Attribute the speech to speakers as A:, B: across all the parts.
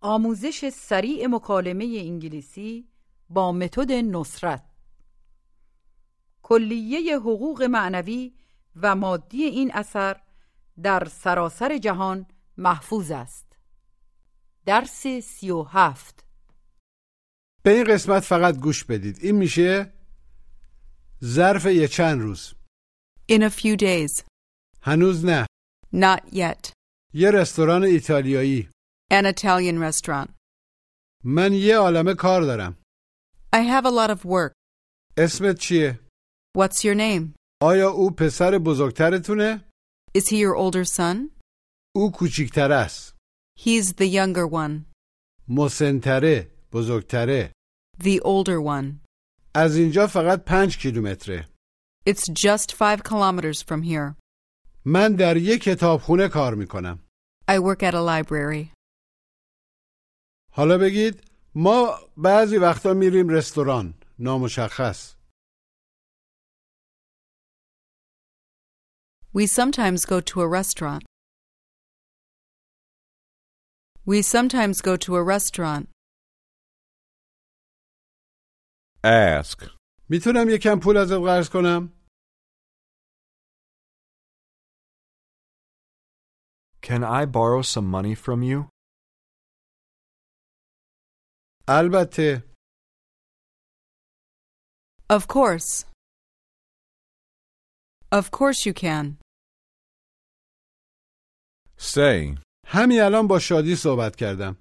A: آموزش سریع مکالمه انگلیسی با متد نصرت کلیه حقوق معنوی و مادی این اثر در سراسر جهان محفوظ است درس سی و هفت
B: به این قسمت فقط گوش بدید این میشه ظرف یه چند روز
C: In a few days.
B: هنوز نه
C: Not yet.
B: یه رستوران ایتالیایی
C: An Italian restaurant.
B: من یه عالمه کار دارم
C: I have a lot of work.
B: اسمت چیه؟
C: What's your name?
B: آیا او پسر بزرگترتونه؟
C: Is he your older son?
B: او کوچیکتر است
C: He's the younger one.
B: مسنتره بزرگتره
C: The older one.
B: از اینجا فقط پنج کیلومتره
C: It's just five kilometers from here.
B: من در یه کتابخونه کار میکنم
C: I work at a library.
B: حالا بگید ما بعضی وقتا میریم رستوران نامشخص
C: We sometimes go to a restaurant. We sometimes go to a restaurant.
D: Ask.
B: میتونم یکم پول ازت قرض کنم؟
E: Can I borrow some money from you?
B: البته
C: Of course. Of course you can.
D: Say.
B: همین الان با شادی صحبت کردم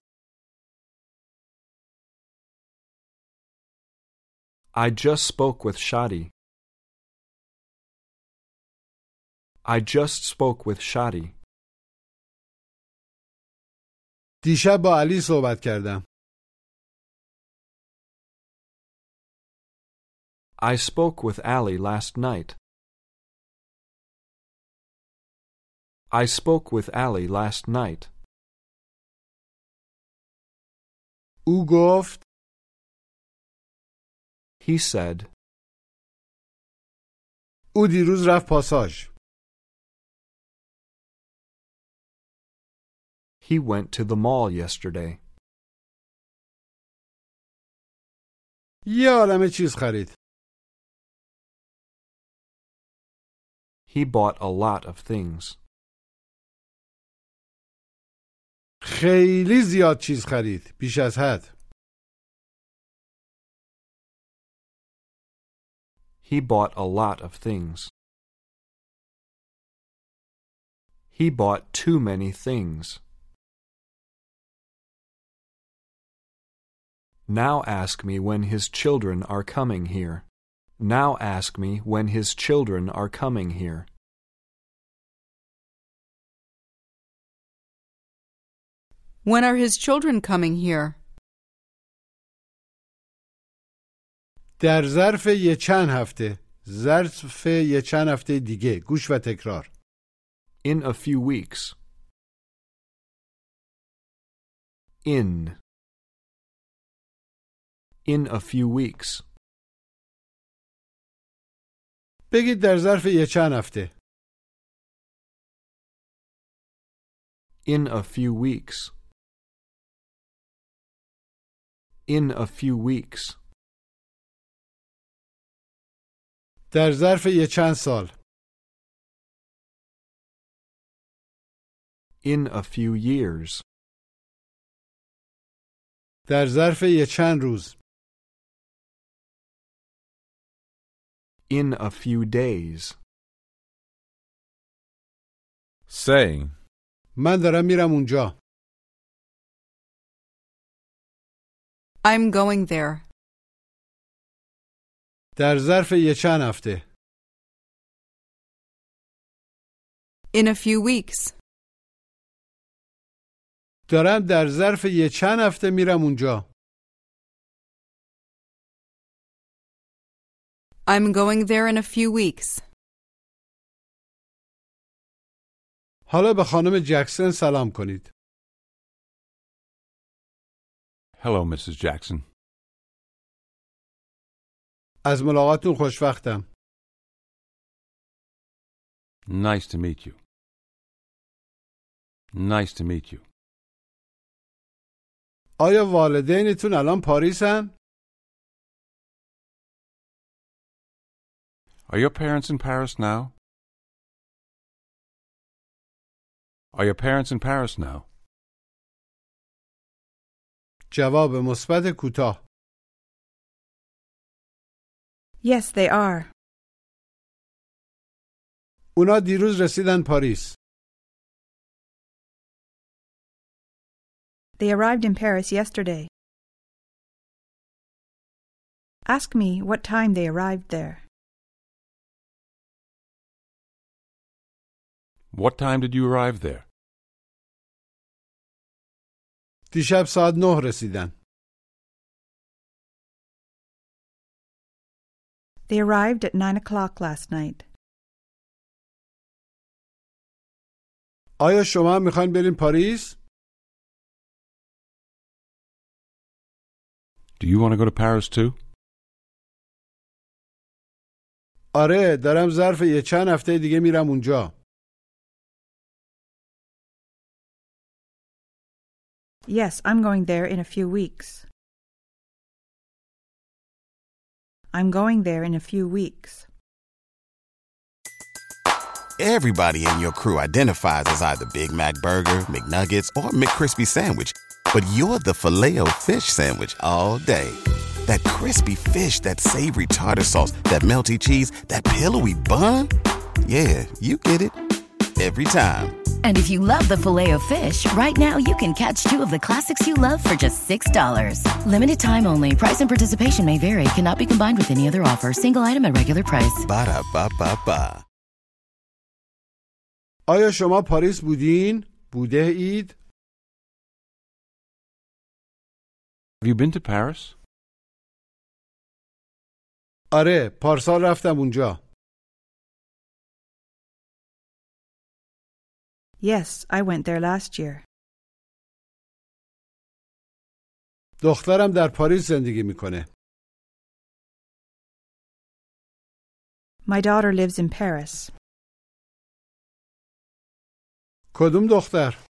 E: I just spoke with Shadi. I just spoke with Shadi.
B: دیشب با علی صحبت کردم
E: I spoke with Ali last night. I spoke with Ali last night.
B: او گفت
E: He said,
B: او دیروز رفت پاساژ
E: He went to the mall yesterday.
B: یه عالم چیز خرید
E: He bought a lot of things.
B: خیلی زیاد چیز خرید بیش از حد
E: He bought a lot of things. He bought too many things. Now ask me when his children are coming here. Now ask me when his children are coming here.
C: When are his children coming here?
B: در ظرف یه چند هفته ظرف یه چند هفته دیگه گوش و تکرار
E: In a few weeks. In. In a few weeks.
B: بگید در ظرف یه چند هفته
E: In a few weeks. In a few weeks.
B: در ظرف یه چند سال
E: In a few years.
B: در ظرف یه چند روز
E: In a few days.
D: Say.
B: من دارم میرم اونجا
C: I'm going there.
B: در ظرف یه چند هفته
C: In a few weeks.
B: دارم در ظرف یه چند هفته میرم اونجا
C: I'm going there in a few weeks.
B: حالا به خانم جکسن سلام کنید
D: Hello, Mrs. Jackson.
B: از ملاقاتتون خوشوقتم
D: Nice to meet you. Nice to meet you.
B: آیا والدینتون الان پاریسن؟
D: Are your parents in Paris now? Are your parents in Paris now?
B: جواب مثبت کوتاه
F: Yes, they are.
B: اونا دیروز رسیدن پاریس
F: They arrived in Paris yesterday. Ask me what time they arrived there.
D: What time did you arrive there?
B: دیشب ساعت نه رسیدن
F: They arrived at nine o'clock last night.
B: آیا شما هم میخواین برین پاریس؟
D: Do you want to go to Paris too?
B: آره دارم ظرف یه چند هفته دیگه میرم اونجا
F: Yes, I'm going there in a few weeks. I'm going there in a few weeks.
G: Everybody in your crew identifies as either Big Mac Burger, McNuggets, or McCrispy Sandwich. But you're the filet fish Sandwich all day. That crispy fish, that savory tartar sauce, that melty cheese, that pillowy bun. Yeah, you get it. Every time.
H: And if you love the filet of fish, right now you can catch two of the classics you love for just $6. Limited time only. Price and participation may vary. Cannot be combined with any other offer. Single item at regular price.
G: Ba-da-ba-ba-ba.
B: آیا شما پاریس بودین؟ بوده اید؟
D: Have you been to Paris?
B: آره پارسال رفتم اونجا
F: Yes, I went there last year.
B: دخترم در پاریس زندگی میکنه
F: My daughter lives in Paris.
B: کدوم دختر؟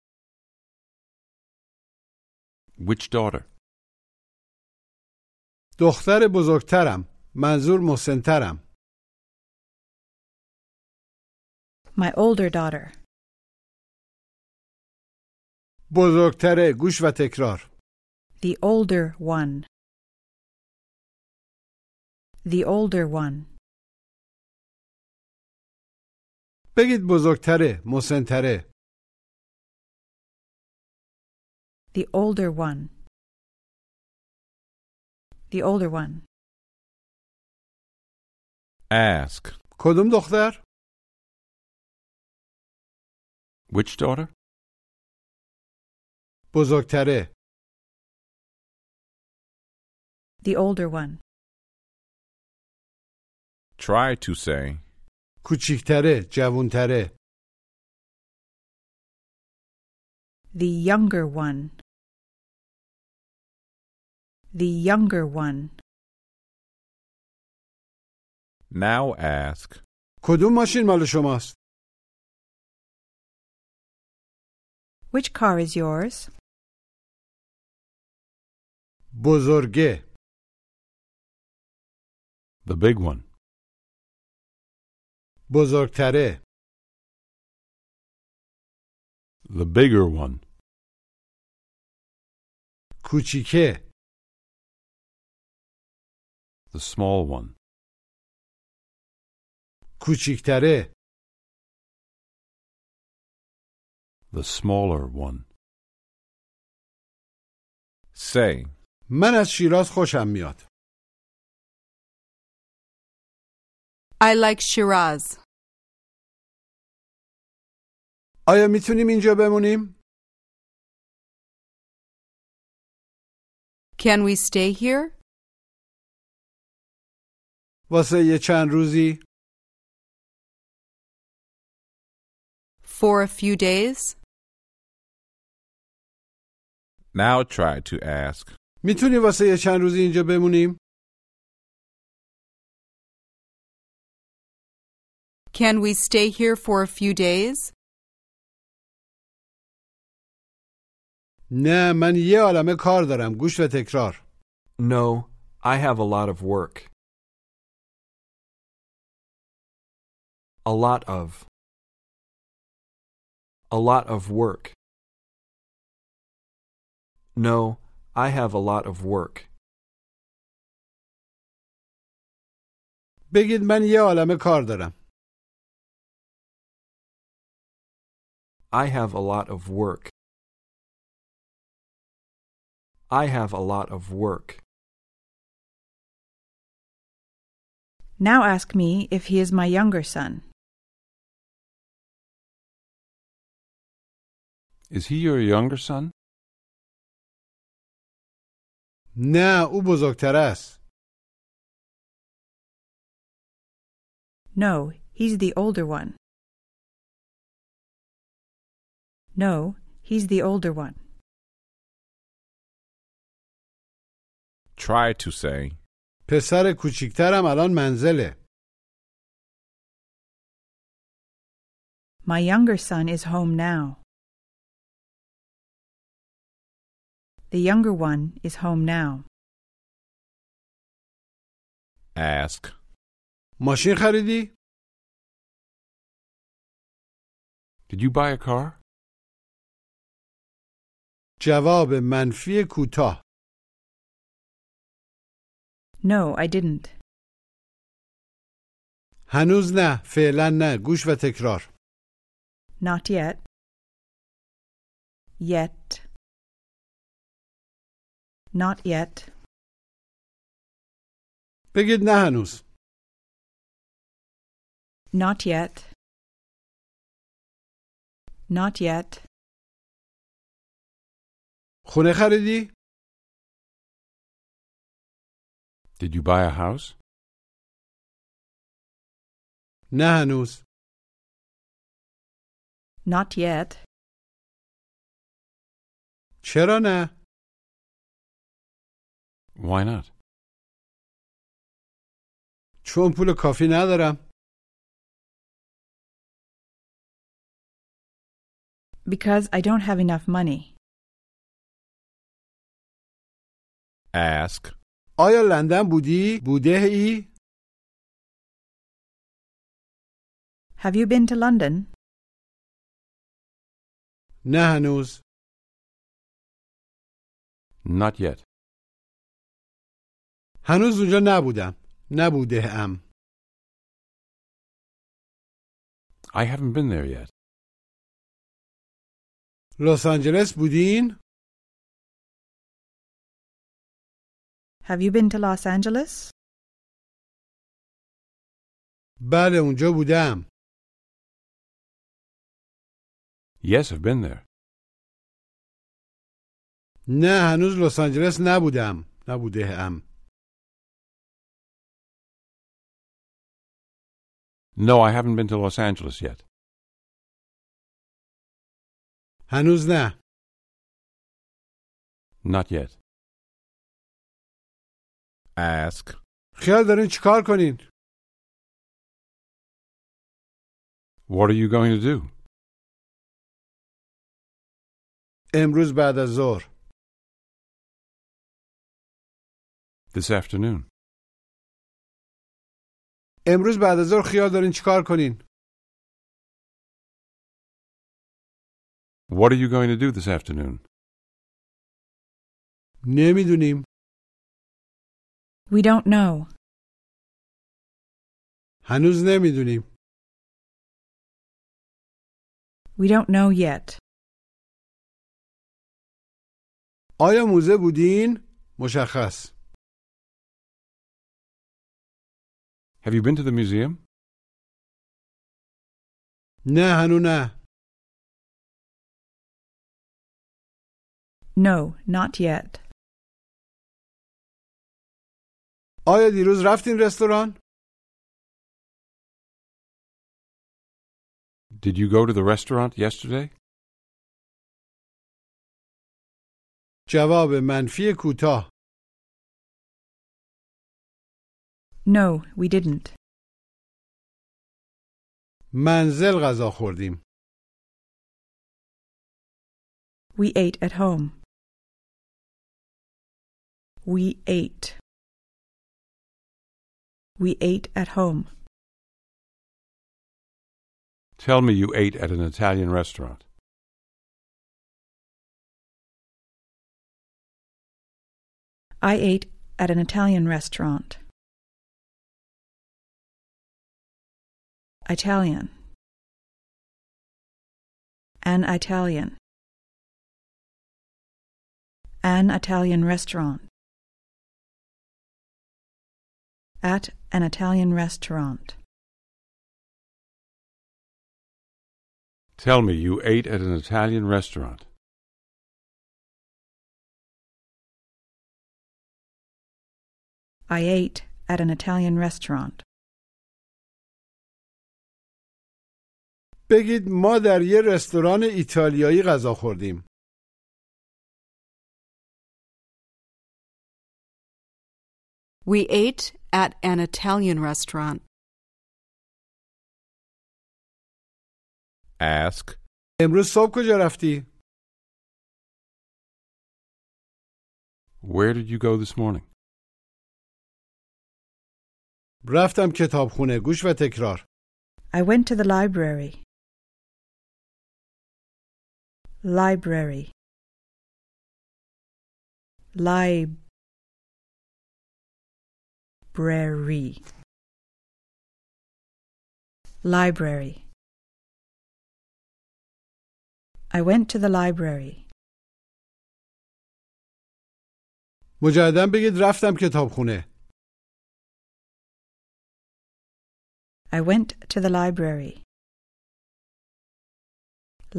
D: Which daughter?
B: دختر بزرگترم منظور مسنترم
F: My older daughter.
B: بزرگتره گوش و تکرار
F: The older one. The older one.
B: بگید بزرگتره مسنتره
F: The older one. The older one.
D: Ask.
B: کدوم دختر؟
D: Which daughter?
B: بزرگتره
F: The older one.
D: Try to say.
B: کوچیکتره جوونتره
F: The younger one. The younger one.
D: Now ask.
B: کدوم ماشین مال شماست؟
F: Which car is yours?
B: بزرگه
D: The big one.
B: بزرگتره
D: The bigger one.
B: کوچیکه
D: The small one.
B: کوچیکتره
D: The smaller one. Say.
B: من از شیراز خوشم میاد
C: I like Shiraz.
B: آیا میتونیم اینجا بمونیم؟
C: Can we stay here?
B: واسه یه چند روزی؟
C: For a few days?
D: Now try to ask.
B: میتونی واسه یه چند روزی اینجا بمونیم؟
C: Can we stay here for a few days?
B: نه من یه عالمه کار دارم گوش و تکرار
E: No, I have a lot of work. A lot of. A lot of work. No, I have a lot of work.
B: بگید من یه عالمه کار دارم
E: I have a lot of work. I have a lot of work.
F: Now ask me if he is my younger son.
D: Is he your younger son?
B: نه او بزرگتر است
F: No, he's the older one. No, he's the older one.
D: Try to say.
B: پسر کوچیکترم الان منزله
F: My younger son is home now. The younger one is home now.
D: Ask.
B: ماشین خریدی؟
D: Did you buy a car?
B: جواب منفی کوتاه
F: No, I didn't.
B: هنوز نه فعلا نه گوش و تکرار
F: Not yet. Yet. Not yet.
B: بگید نه هنوز
F: Not yet. Not yet.
B: خونه خریدی؟
D: Did you buy a house?
B: نه هنوز
F: Not yet.
B: چرا نه؟
D: Why not?
B: چون پول کافی ندارم
F: Because I don't have enough money.
D: Ask.
B: آیا لندن بودی؟ بوده ای؟
F: Have you been to London?
B: نه هنوز
D: Not yet.
B: هنوز اونجا نبودم نبوده ام
D: I haven't been there yet.
B: لس آنجلس بودین؟
F: Have you been to Los Angeles?
B: بله اونجا بودم
D: Yes, I've been there.
B: نه هنوز لس آنجلس نبودم نبوده ام
D: No, I haven't been to Los Angeles yet.
B: هنوز نه
D: Not yet. Ask.
B: خیال دارین چیکار کنین؟
D: What are you going to do?
B: امروز بعد از ظهر
D: This afternoon.
B: امروز بعد از ظهر خیال دارین چیکار کنین؟
D: What are you going to do this afternoon?
B: نمیدونیم
F: We don't know.
B: هنوز نمیدونیم
F: We don't know yet.
B: آیا موزه بودین؟ مشخص
D: Have you been to the museum?
B: نه هنو نه
F: No, not yet.
B: آیا دیروز رفتین رستوران؟
D: Did you go to the restaurant yesterday?
B: جواب منفی کوتاه
F: No, we didn't.
B: منزل غذا خوردیم
F: We ate at home. We ate. We ate at home.
D: Tell me you ate at an Italian restaurant.
F: I ate at an Italian restaurant. Italian. An Italian. An Italian restaurant. At an Italian restaurant.
D: Tell me you ate at an Italian restaurant.
F: I ate at an Italian restaurant.
B: بگید ما در یه رستوران ایتالیایی غذا خوردیم
C: We ate at an Italian restaurant.
I: Ask.
B: امروز صبح کجا رفتی؟
D: Where did you go this morning?
B: رفتم کتابخونه گوش و تکرار
F: I went to the library. Library. Lib. Brary. Library. I went to the library.
B: مجددا بگید رفتم کتابخونه
F: I went to the library.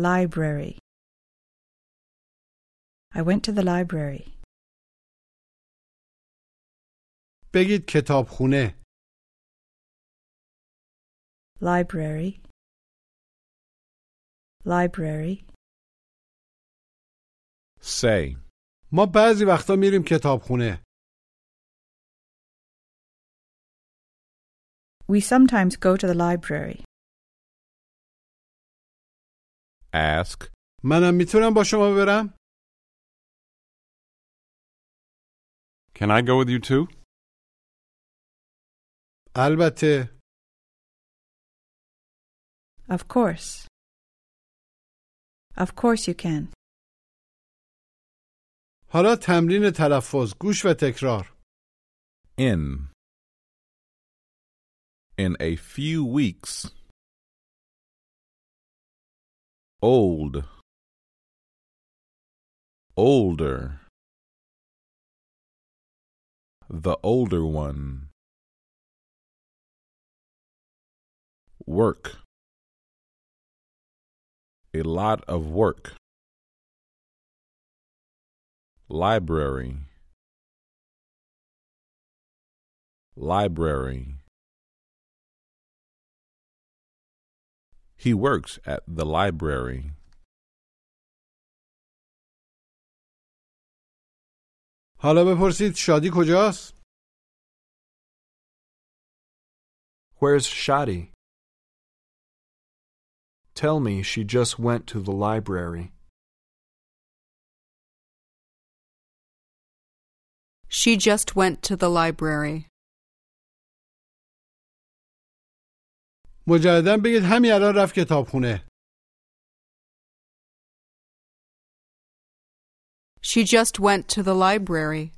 F: Library. I went to the library.
B: بگید کتابخونه
F: Library. Library.
I: Say.
B: ما بعضی وقتا میریم کتابخونه
F: We sometimes go to the library.
I: Ask.
B: منم میتونم با شما برم؟
D: Can I go with you too?
B: البته
F: Of course. Of course you can.
B: حالا تمرین تلفظ گوش و تکرار
I: In. In a few weeks. Old. Older. The older one. Work. A lot of work. Library. Library. He works at the library.
B: حالا بپرسید شادی کجاست؟
E: Where's Shadi? Tell me she just went to the library.
C: She just went to the library.
B: مجددا بگید همین الان رفت کتابخونه
C: She just went to the library.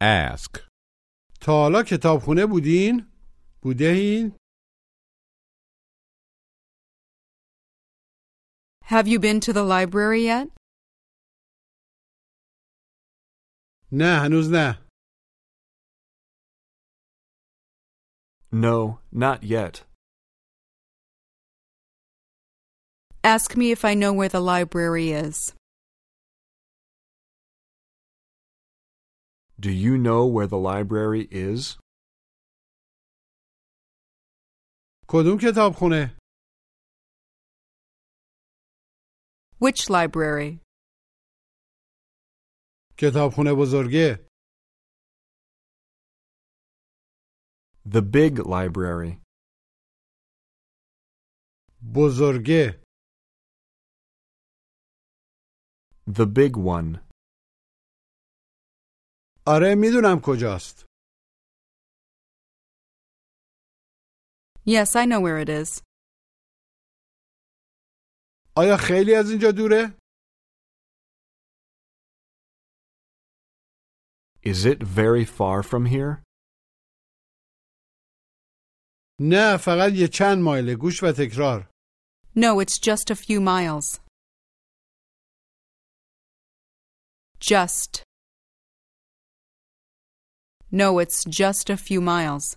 I: Ask.
B: تا حالا کتابخونه بودین؟ بودهین؟
C: Have you been to the library yet?
B: نه هنوز نه
E: No, not yet.
C: Ask me if I know where the library is.
E: Do you know where the library is?
B: کدوم کتابخونه؟
C: Which library?
B: کتابخونه بزرگه
E: The big library.
B: بزرگه
E: The big one.
B: آره میدونم کجاست
C: Yes, I know where it is.
B: آیا خیلی از اینجا دوره؟
E: Is it very far from here?
B: نه فقط یه چند مایله گوش و تکرار
C: No, it's just a few miles. Just. No, it's just a few miles.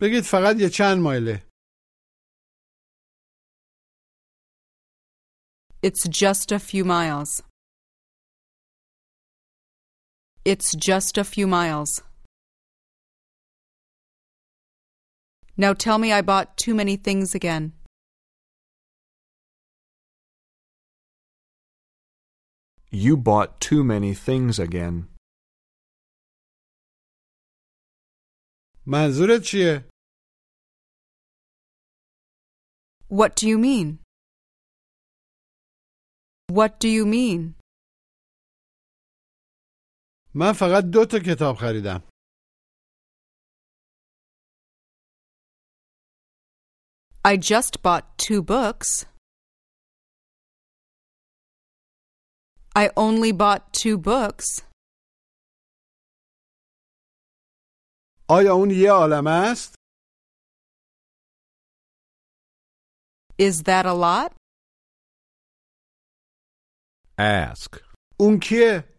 B: بگید فقط یه چند مایله
C: It's just a few miles. It's just a few miles. Now tell me I bought too many things again.
E: You bought too many things again.
B: منظورت چیه؟
C: What do you mean? What do you mean?
B: من فقط دو تا کتاب خریدم
C: I just bought two books. I only bought two books.
B: آیا اون یه عالم است؟
C: Is that a lot?
I: Ask.
B: اون کیه؟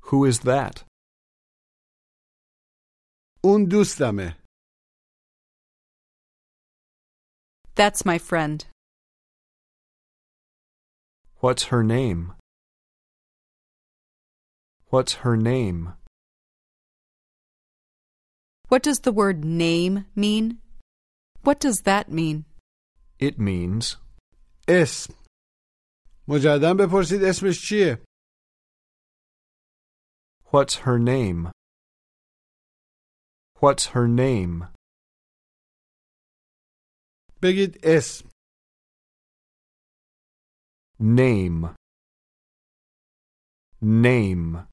E: Who is that?
B: اون دوستمه
C: That's my friend.
E: What's her name? What's her name?
C: What does the word name mean? What does that mean?
E: It means
B: اسم مجددا بپرسید اسمش چیه؟
E: What's her name? What's her name?
B: بگید اسم
E: Name. Name.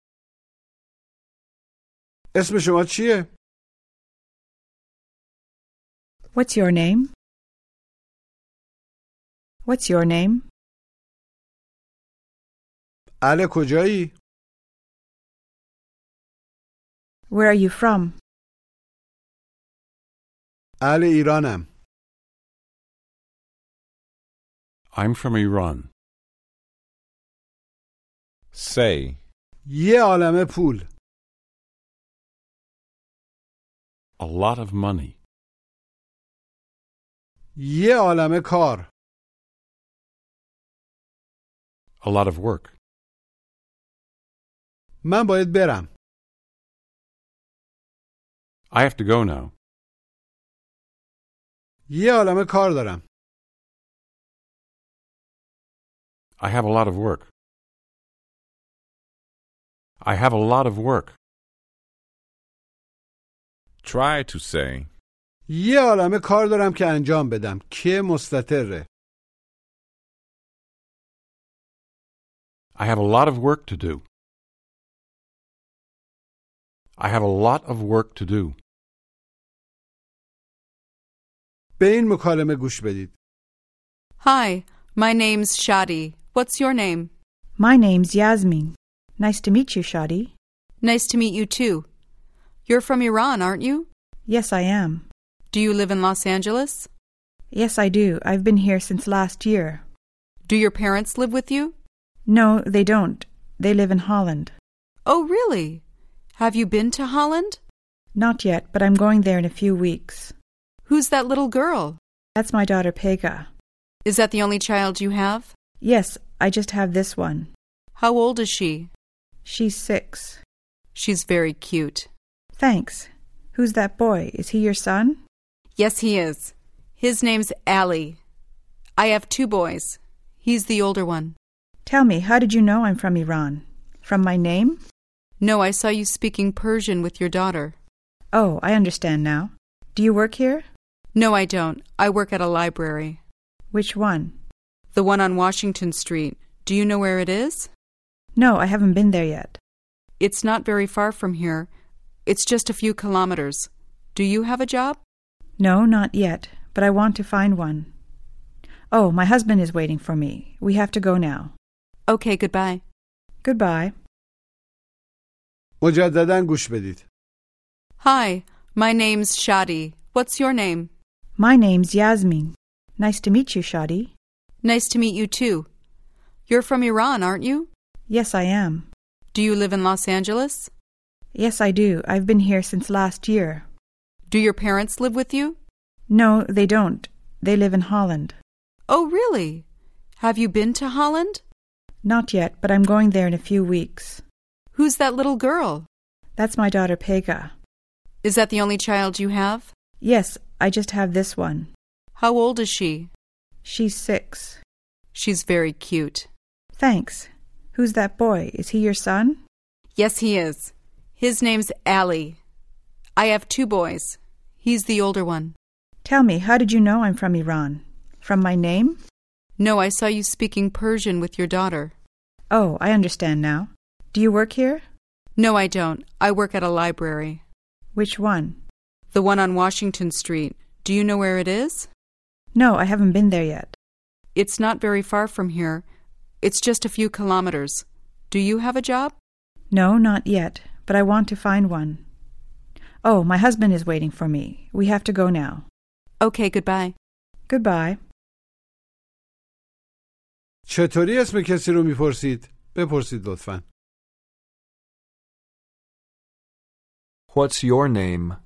B: اسم شما چیه؟
F: What's your name? What's your name?
B: اهل کجایی؟
F: Where are you from?
B: اهل ایرانم
D: I'm from Iran.
I: Say.
B: یه عالم پول
D: A lot of money.
B: یه عالم کار
D: A lot of work.
B: من باید برم
D: I have to go now.
B: یه عالم کار دارم
D: I have a lot of work. I have a lot of work.
I: Try to say.
B: یه عالمه کار دارم که انجام بدم که مستطره
D: I have a lot of work to do. I have a lot of work to do.
B: به این مکالمه گوش بدید
C: Hi, my name's Shadi. What's your name?
F: My name's Yasmin. Nice to meet you, Shadi.
C: Nice to meet you too. You're from Iran, aren't you?
F: Yes, I am.
C: Do you live in Los Angeles?
F: Yes, I do. I've been here since last year.
C: Do your parents live with you?
F: No, they don't. They live in Holland.
C: Oh, really? Have you been to Holland?
F: Not yet, but I'm going there in a few weeks.
C: Who's that little girl?
F: That's my daughter Pega.
C: Is that the only child you have?
F: Yes, I just have this one.
C: How old is she?
F: She's six.
C: She's very cute.
F: Thanks. Who's that boy? Is he your son?
C: Yes, he is. His name's Allie. I have two boys. He's the older one.
F: Tell me, how did you know I'm from Iran? From my name?
C: No, I saw you speaking Persian with your daughter.
F: Oh, I understand now. Do you work here?
C: No, I don't. I work at a library.
F: Which one?
C: The one on Washington Street. Do you know where it is?
F: No, I haven't been there yet.
C: It's not very far from here. It's just a few kilometers. Do you have a job?
F: No, not yet, but I want to find one. Oh, my husband is waiting for me. We have to go now.
C: Okay, goodbye.
F: Goodbye.
B: مجددا گوش بدید
C: Hi, my name's Shadi. What's your name?
F: My name's Yasmin. Nice to meet you, Shadi.
C: Nice to meet you too. You're from Iran, aren't you?
F: Yes, I am.
C: Do you live in Los Angeles?
F: Yes, I do. I've been here since last year.
C: Do your parents live with you?
F: No, they don't. They live in Holland.
C: Oh, really? Have you been to Holland?
F: Not yet, but I'm going there in a few weeks.
C: Who's that little girl?
F: That's my daughter Pega.
C: Is that the only child you have?
F: Yes, I just have this one.
C: How old is she?
F: She's six.
C: She's very cute.
F: Thanks. Who's that boy? Is he your son?
C: Yes, he is. His name's Allie. I have two boys. He's the older one.
F: Tell me, how did you know I'm from Iran? From my name?
C: No, I saw you speaking Persian with your daughter.
F: Oh, I understand now. Do you work here?
C: No, I don't. I work at a library.
F: Which one?
C: The one on Washington Street. Do you know where it is?
F: No, I haven't been there yet.
C: It's not very far from here. It's just a few kilometers. Do you have a job?
F: No, not yet, but I want to find one. Oh, my husband is waiting for me. We have to go now.
C: Okay, goodbye.
F: Goodbye.
B: چطوری اسم کسی رو میپرسید بپرسید لطفا
E: What's your name?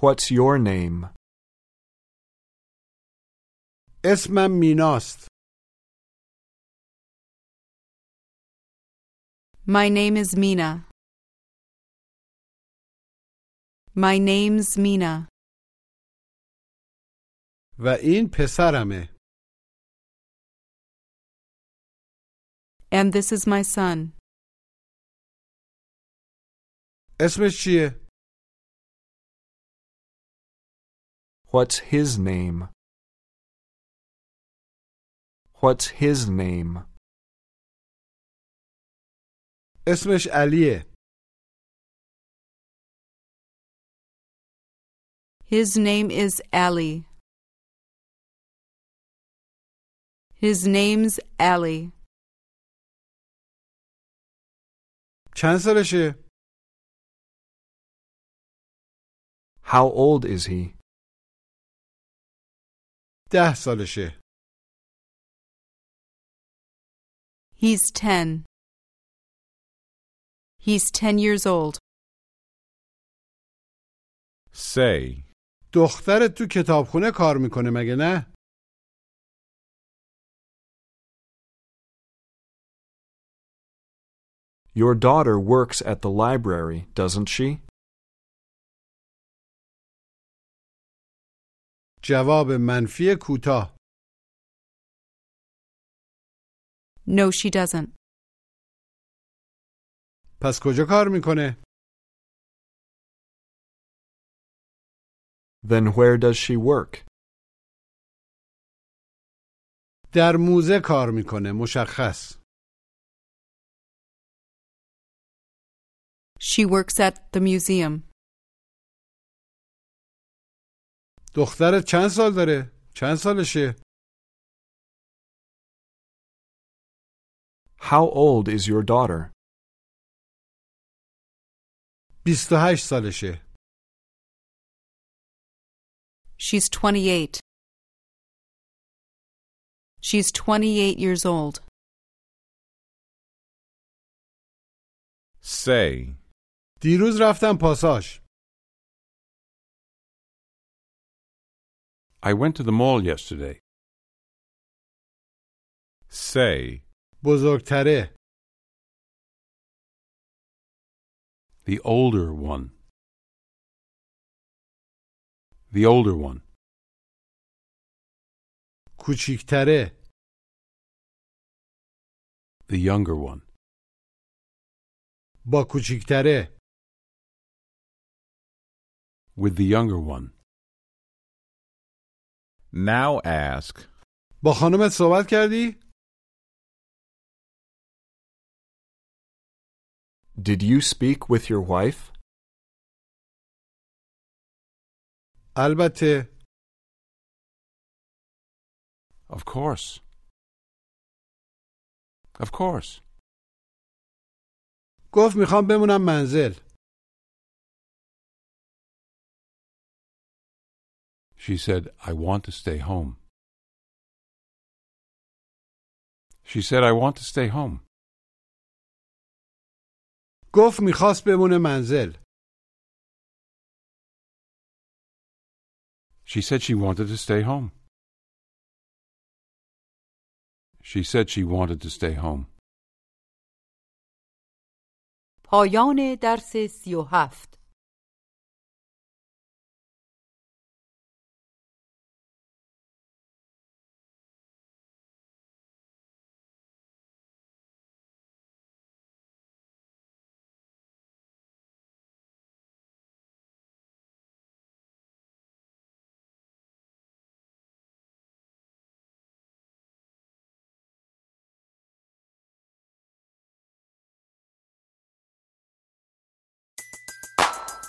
E: What's your name?
B: اسمم میناست
C: My name is Mina. My name's Mina.
B: و این پسرمه
C: And this is my son.
B: اسمش چیه
E: What's his name? What's his name?
B: اسمش علیه
C: His name is Ali. His name's Ali.
B: چند سالشه
E: How old is he?
B: ده سالشه
C: He's 10. He's 10 years old.
I: say,
B: دخترت تو کتابخونه کار میکنه مگه نه
E: Your daughter works at the library, doesn't she?
B: جواب منفی کوتاه
C: No, she doesn't.
B: پس کجا کار میکنه
E: Then where does she work?
B: در موزه کار میکنه مشخص
C: She works at the museum.
B: دخترت چند سال داره چند سالشه
E: How old is your daughter?
B: 28 سالشه
C: She's 28. She's 28 years old.
I: say,
B: دیروز رفتم پاساژ
D: I went to the mall yesterday.
I: say,
B: بزرگتره
D: The older one. The older one.
B: کوچیکتره
D: The younger one.
B: با کوچیکتره
D: With the younger one.
I: now ask,
B: با خانمت صحبت کردی؟
E: Did you speak with your wife?
B: البته
D: Of course. Of course.
B: گفت میخوام بمونم منزل
D: She said, I want to stay home. She said, I want to stay home.
B: گفت میخواست بمونه منزل
D: She said she wanted to stay home. She said she wanted to stay home.
A: پایان درس سی و هفت